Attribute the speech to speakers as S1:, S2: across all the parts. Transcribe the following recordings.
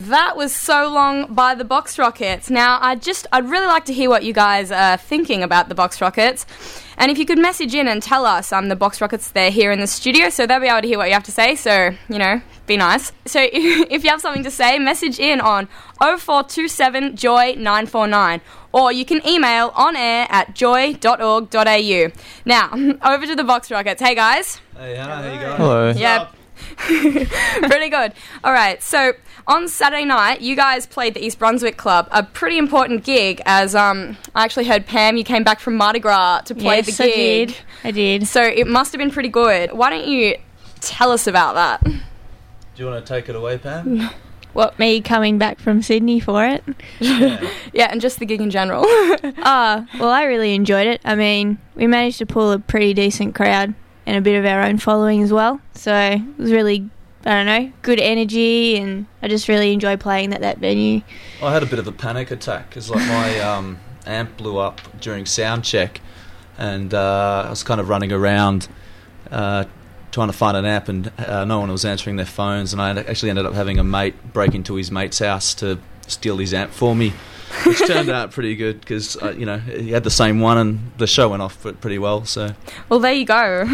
S1: That was so long by the Box Rockets. Now, I just I'd really like to hear what you guys are thinking about the Box Rockets, and if you could message in and tell us, um, the Box Rockets they're here in the studio, so they'll be able to hear what you have to say. So you know, be nice. So if, if you have something to say, message in on 0427 joy nine four nine, or you can email on air at joy.org.au. Now, over to the Box Rockets. Hey guys.
S2: Hey, hi, how you going?
S3: Hello.
S1: Yeah. pretty good. All right. So on Saturday night, you guys played the East Brunswick Club, a pretty important gig. As um, I actually heard Pam, you came back from Mardi Gras to play
S4: yes,
S1: the gig.
S4: I did. I did.
S1: So it must have been pretty good. Why don't you tell us about that?
S2: Do you want to take it away, Pam?
S4: What me coming back from Sydney for it?
S2: yeah.
S1: Yeah, and just the gig in general.
S4: Ah, well, I really enjoyed it. I mean, we managed to pull a pretty decent crowd and a bit of our own following as well. So it was really, I don't know, good energy, and I just really enjoy playing at that venue.
S2: I had a bit of a panic attack because like my um, amp blew up during sound check, and uh, I was kind of running around uh, trying to find an amp, and uh, no one was answering their phones. And I actually ended up having a mate break into his mate's house to steal his amp for me, which turned out pretty good because uh, you know he had the same one, and the show went off pre- pretty well. So
S1: Well, there you go.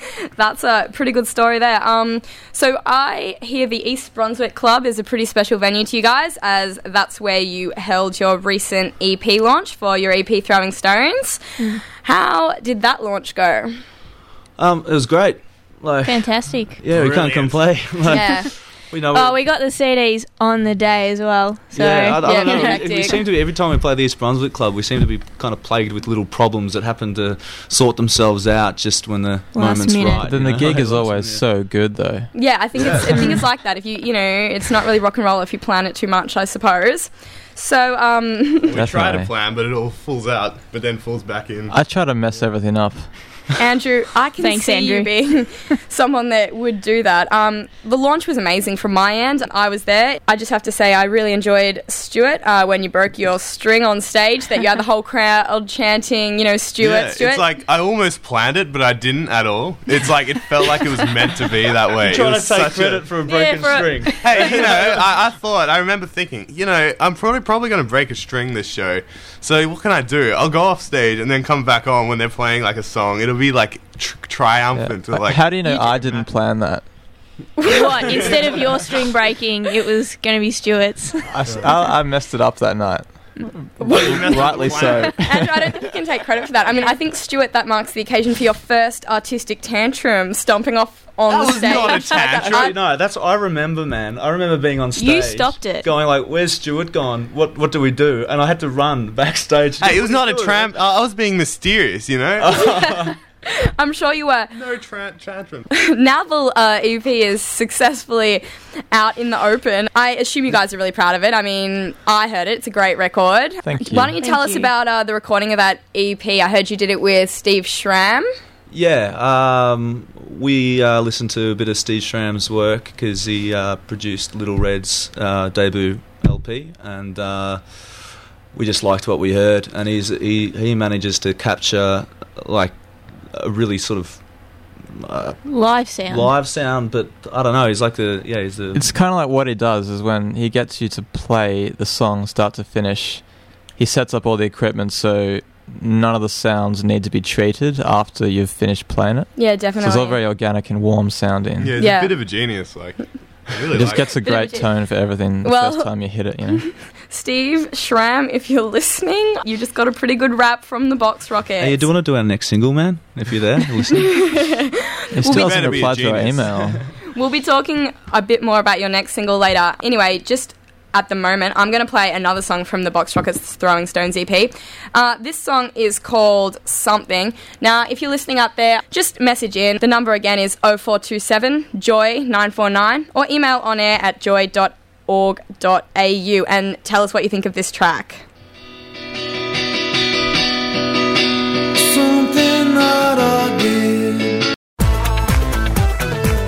S1: That's a pretty good story there. Um, so I hear the East Brunswick Club is a pretty special venue to you guys, as that's where you held your recent EP launch for your EP Throwing Stones. How did that launch go?
S2: um, it was great. Like
S4: Fantastic.
S2: yeah, we can't
S5: Brilliant.
S2: complain. Like,
S1: Yeah,
S2: we know.
S4: Oh, we got the CDs on the day as well. So
S2: yeah, I, I
S1: yeah,
S2: don't know.
S1: hectic.
S2: We, we seem to be every time we play the East Brunswick Club, we seem to be kind of plagued with little problems that happen to sort themselves out just when the
S4: Last
S2: moment's
S4: minute.
S2: right.
S3: Then
S2: you
S3: the
S2: know?
S3: gig is
S2: Yeah.
S3: always so good, though.
S1: yeah. I think it's I think it's like that. If you you know, it's not really rock and roll if you plan it too much, I suppose. So um,
S5: We try
S3: Definitely.
S5: to plan, but it all falls out, but then falls back in.
S1: Uh,
S3: I try to mess everything up.
S1: Andrew, I can
S4: Thanks,
S1: see you
S4: Andrew.
S1: being someone that would do that. Um, the launch was amazing from my end. I was there. I just have to say, I really enjoyed Stuart uh, when you broke your string on stage. That you had the whole crowd chanting, you know, Stuart,
S5: Yeah,
S1: Stuart.
S5: It's like I almost planned it, but I didn't at all. It's like it felt like it was meant to be that way. It
S2: Trying
S5: was
S2: to take
S5: such
S2: credit
S5: a-
S2: for a
S1: Yeah,
S2: broken
S1: for a-
S2: string.
S5: Hey, you know, I, I thought I remember thinking, you know, I'm probably probably going to break a string this show. So what can I do? I'll go off stage and then come back on when they're playing like a song. It'll be like tr-
S3: Yeah.
S5: triumphant. or, Like,
S3: How do you know I didn't plan that?
S4: what? Instead of your string breaking, it was going to be Stuart's.
S3: I, s- I- I messed it up that night.
S5: messed up
S3: Rightly
S5: the
S3: so.
S5: plan.
S1: Andrew, I don't think you can take credit for that. I mean, I think Stuart, that marks the occasion for your first artistic tantrum, stomping off on
S5: That
S1: the
S5: was
S1: stage.
S5: not a tantrum.
S1: I-
S2: no, that's I remember, man. I remember being on stage.
S4: You stopped it.
S2: Going like, "Where's Stuart gone? What What do we do?" And I had to run backstage.
S5: hey, it was not a
S2: Stuart,
S5: tramp. I I was being mysterious, you know.
S1: I'm sure you were.
S5: no tramp tantrum.
S1: Now the uh, EP is successfully out in the open. I assume you guys are really proud of it. I mean, I heard it. It's a great record.
S3: Thank
S1: Why
S3: you.
S1: don't you tell
S4: Thank
S1: us
S4: you.
S1: about uh, the recording of that EP? I heard you did it with Steve Schramm.
S2: Yeah, um, we uh, listened to a bit of Steve Schramm's work because he uh, produced Little Red's uh, debut LP, and uh, we just liked what we heard. And he's he he manages to capture like a really sort of uh,
S4: Live sound.
S2: live sound, but I don't know. He's like the yeah, he's the
S3: It's kind of like what he does is when he gets you to play the song start to finish, he sets up all the equipment so none of the sounds need to be treated after you've finished playing it.
S1: Yeah,
S3: So
S1: definitely.
S3: it's all very organic and warm sounding.
S5: Yeah, he's
S1: Yeah.
S5: a bit of a genius. Like, I really
S3: It just
S5: like
S3: gets a
S1: Bit of a
S3: great
S1: genius.
S3: tone for everything the
S1: Well-
S3: first time you hit it, you know.
S1: Steve Schramm, if you're listening, you just got a pretty good rap from the Box Rocket.
S2: Hey, you do want to do our next single, man? If you're there, listen.
S3: He still
S5: be-
S3: hasn't
S5: Better be a
S3: replied to our
S5: genius.
S3: email.
S1: We'll be talking a bit more about your next single later. Anyway, just at the moment, I'm going to play another song from the Box Rockets Throwing Stones EP. Uh, this song is called Something. Now, if you're listening out there, just message in. The number again is 0427 Joy949 or email on air at joy.org.au and tell us what you think of this track.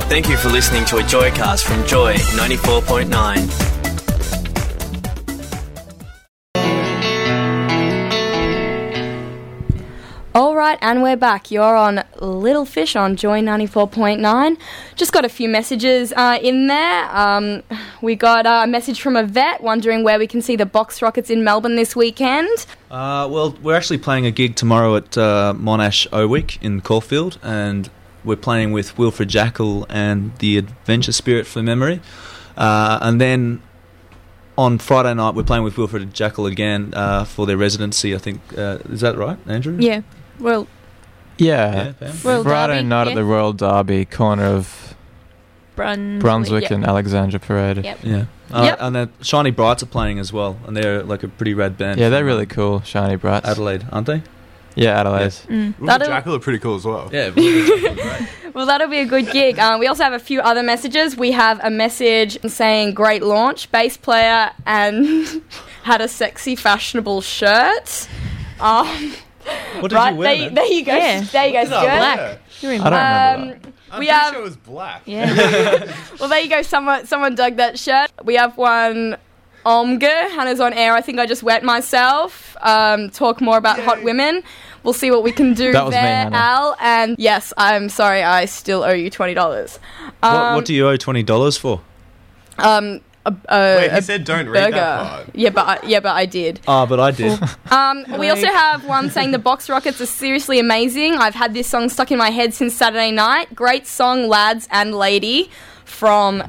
S6: Thank you for listening to a Joycast from Joy 94.9.
S1: right, and we're back. You're on Little Fish on Joy 94.9. Just got a few messages uh, in there. Um, we got a message from a vet wondering where we can see the Box Rockets in Melbourne this weekend.
S2: Uh, well, we're actually playing a gig tomorrow at uh, Monash Owick in Caulfield, and we're playing with Wilfred Jackal and the Adventure Spirit for Memory. Uh, and then on Friday night, we're playing with Wilfred Jackal again uh, for their residency, I think. Uh, is that right, Andrew?
S4: Yeah. Well,
S2: Yeah,
S3: Yeah.
S2: Pam?
S4: Royal
S3: Friday
S4: Derby,
S3: night
S4: yeah.
S3: at the Royal Derby corner of
S4: Brun-
S3: Brunswick
S4: Mm-hmm. yeah.
S3: and Alexandra Parade.
S4: Yeah.
S2: Yeah. Uh,
S4: Yep.
S2: And then Shiny Brights are playing as well, and they're like a pretty rad band.
S3: Yeah, they're
S2: from
S3: really cool, shiny brights.
S2: Adelaide, aren't they?
S3: Yeah, Adelaide.
S4: Mm.
S5: Ooh,
S1: That'll-
S5: Jackal are pretty cool as well.
S2: Yeah. Wilfred Jackal are great.
S1: Well, that'll be a good gig. Uh, we also have a few other messages. We have a message saying great launch, bass player, and had a sexy, fashionable shirt. Um,
S2: What did
S1: right,
S2: you wear?
S1: there,
S2: man?
S1: there you go.
S4: Yeah.
S1: There you go,
S5: No,
S1: skirt.
S4: Black.
S5: yeah.
S4: You're in
S3: I don't remember
S1: Um,
S3: that.
S5: I'm
S1: we
S5: pretty
S1: have.
S5: sure it was black.
S4: Yeah.
S1: Well, there you go. Someone, someone dug that shirt. We have one. Omge, Hannah's on air. I think I just wet myself. Um, talk more about hot
S5: Yay.
S1: women. We'll see what we can do
S3: That was me,
S1: there,
S3: Hannah.
S1: Al. And yes, I'm sorry. I still owe you twenty dollars.
S2: what, what do you owe twenty dollars for?
S1: Um, a, a,
S5: Wait,
S1: a
S5: he said don't read that
S1: burger.
S5: part.
S1: Yeah, but I, yeah, but I did.
S2: Ah, but I did.
S1: Um, we also have one saying the Box Rockets are seriously amazing. I've had this song stuck in my head since Saturday night. Great song, lads and lady, from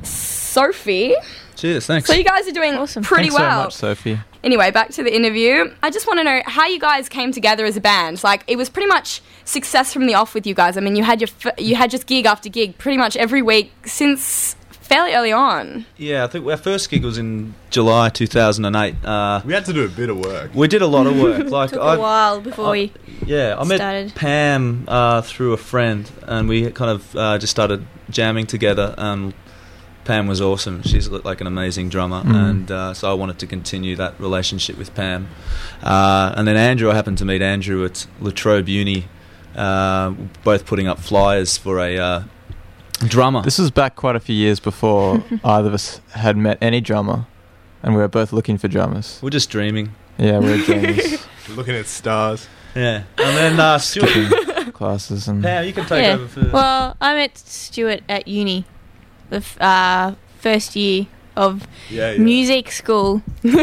S1: Sophie.
S2: Cheers, thanks.
S1: So you guys are doing
S4: Awesome.
S1: pretty
S3: Thanks
S1: well.
S3: so much, Sophie.
S1: Anyway, back to the interview. I just want to know how you guys came together as a band. Like it was pretty much success from the off with you guys. I mean, you had your f- you had just gig after gig pretty much every week since fairly early on.
S2: Yeah, I think our first gig was in July 2008. Uh,
S5: We had to do a bit of work.
S2: we did a lot of work. Like
S4: Took
S2: I,
S4: a while before
S2: I-
S4: we.
S2: yeah, I met
S4: started.
S2: Pam uh, through a friend, and we kind of uh, just started jamming together. Um, Pam was awesome. She's li- like an amazing drummer,
S3: Mm.
S2: and uh, so I wanted to continue that relationship with Pam. Uh, and then Andrew, I happened to meet Andrew at Latrobe Uni, uh, both putting up flyers for a uh, drummer.
S3: This was back quite a few years before either of us had met any drummer, and we were both looking for drummers.
S2: We're just dreaming.
S3: Yeah, we were doing
S5: Looking at stars.
S2: Yeah, and then uh, Stuart.
S3: classes and
S2: Pam, you can take
S4: Yeah.
S2: over for.
S4: Well, I met Stuart at uni, the f- uh, first year of
S5: Yeah, yeah.
S4: music school.
S1: The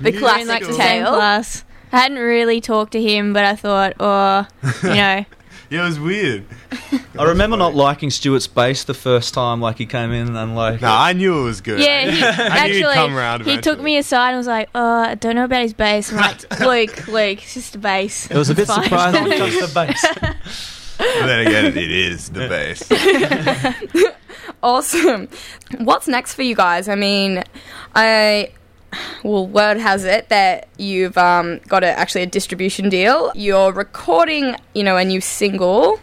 S5: Music
S1: classic
S4: like the
S5: Cool.
S4: same
S1: tale.
S4: class. I hadn't really talked to him, but I thought, oh, you know,
S5: Yeah, it was weird.
S2: I remember not liking Stuart's bass the first time, like he came in and like.
S5: No, I knew it was good.
S4: yeah. He,
S5: I knew he'd
S4: actually,
S5: come round
S4: he took
S5: eventually.
S4: me aside and was like, oh, I don't know about his bass. I'm like, Luke, Luke, it's just a bass.
S3: It was a
S4: It's
S3: bit
S4: fine."
S3: surprising.
S2: Not just the bass.
S5: But then again, it is the base.
S1: Awesome. What's next for you guys? I mean, I well, word has it that you've um, got a, actually a distribution deal. You're recording, you know, a new single,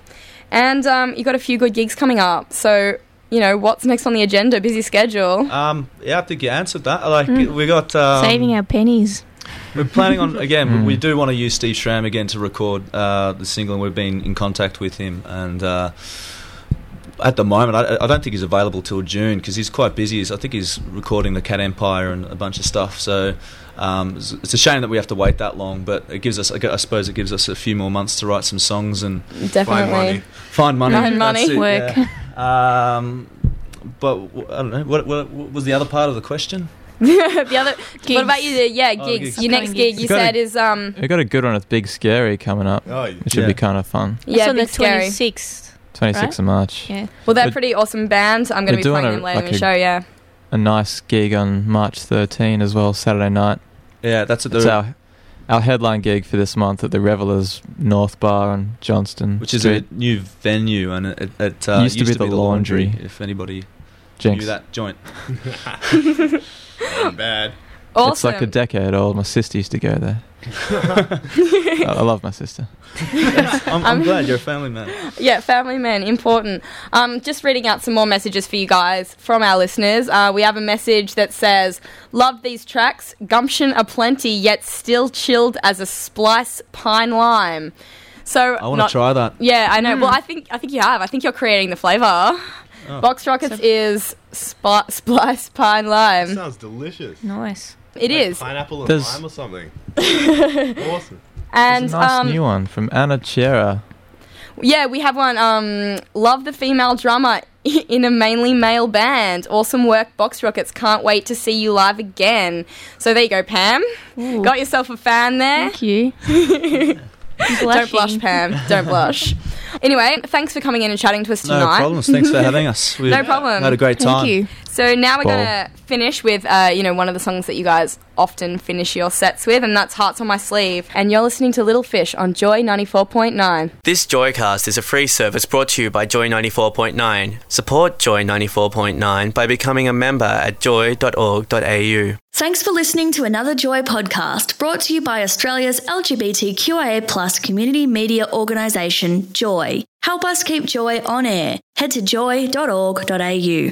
S1: and um, you got a few good gigs coming up. So, you know, what's next on the agenda? Busy schedule.
S2: Um, yeah, I think you answered that. Like we got um,
S4: Mm. Saving our pennies.
S2: We're planning on again.
S3: Mm.
S2: We do want to use Steve Schramm again to record uh, the single, and we've been in contact with him. And uh, at the moment, I, I don't think he's available till June because he's quite busy. He's, I think he's recording the Cat Empire and a bunch of stuff. So um, it's, it's a shame that we have to wait that long. But it gives us, I gu- I suppose, it gives us a few more months to write some songs and
S5: Find money.
S1: Definitely.
S2: find money.
S1: Find money,
S2: That's it,
S4: work.
S2: yeah. Um, but w- I don't know. What, what, what was the other part of the question?
S1: the other. What about you? Yeah,
S2: Oh,
S1: gigs.
S2: gigs.
S1: Your next
S4: Upcoming gigs.
S1: gig, you
S3: We've got a-
S1: said, is um.
S3: we got a good one with Big Scary coming up,
S5: Oh, yeah.
S3: which should
S2: Yeah.
S3: be kind of fun.
S4: It's
S1: Yeah,
S4: on the
S1: Big Scary.
S4: 26th.
S3: 26th of March.
S4: Yeah.
S1: Well, they're
S3: We're-
S1: pretty awesome band. I'm going to
S3: we're
S1: be
S3: doing
S1: playing
S3: a-
S1: them later in
S3: like
S1: the
S3: a-
S1: show. Yeah.
S3: A nice gig on March 13 as well, Saturday night.
S2: Yeah, that's at the
S3: It's our, our headline gig for this month at the Revelers North Bar on Johnston.
S2: which is
S3: Street.
S2: a new venue, and it, it uh, used, to be, the, laundry. If anybody
S3: Jinx.
S2: knew that joint,
S5: Not bad.
S1: Awesome.
S3: It's like a decade old. My sister used to go there. I I love my sister.
S2: I'm, I'm glad you're a family man.
S1: Yeah, family men, important. Um, just reading out some more messages for you guys from our listeners. Uh, we have a message that says, Love these tracks, gumption aplenty, yet still chilled as a splice pine lime. So,
S2: I want to try that.
S1: Yeah, I know. Well, I think I think you have. I think you're creating the flavour. Box Rockets is spi- splice pine
S4: Um,
S5: That
S1: lime.
S5: sounds delicious.
S4: Nice.
S1: It
S5: Like
S1: is.
S5: Pineapple and
S3: There's-
S5: lime or something. awesome.
S1: And
S3: There's a nice
S1: um,
S3: new one from Anna Chera.
S1: Yeah, we have one. Um, love the female drummer in a mainly male band. Awesome work, Box Rockets. Can't wait to see you live again. So there you go, Pam.
S4: Ooh.
S1: Got yourself a fan there.
S4: Thank you.
S1: Don't blush, Pam. Don't blush. Anyway, thanks for coming in and chatting to us
S2: No
S1: tonight.
S2: problems. Thanks for having us. We
S1: No problem.
S2: Had a great time.
S4: Thank you.
S1: So now we're
S3: Well-
S1: gonna finish with uh, you know one of the songs that you guys often finish your sets with, and that's "Hearts on My Sleeve." And you're listening to Little Fish on Joy ninety four point nine.
S6: This Joycast is a free service brought to you by Joy 94.9. Support Joy 94.9 by becoming a member at joy.org.au.
S7: Thanks for listening to another Joy podcast brought to you by Australia's LGBTQIA plus community media organisation, Joy. Help us keep Joy on air. Head to joy.org.au.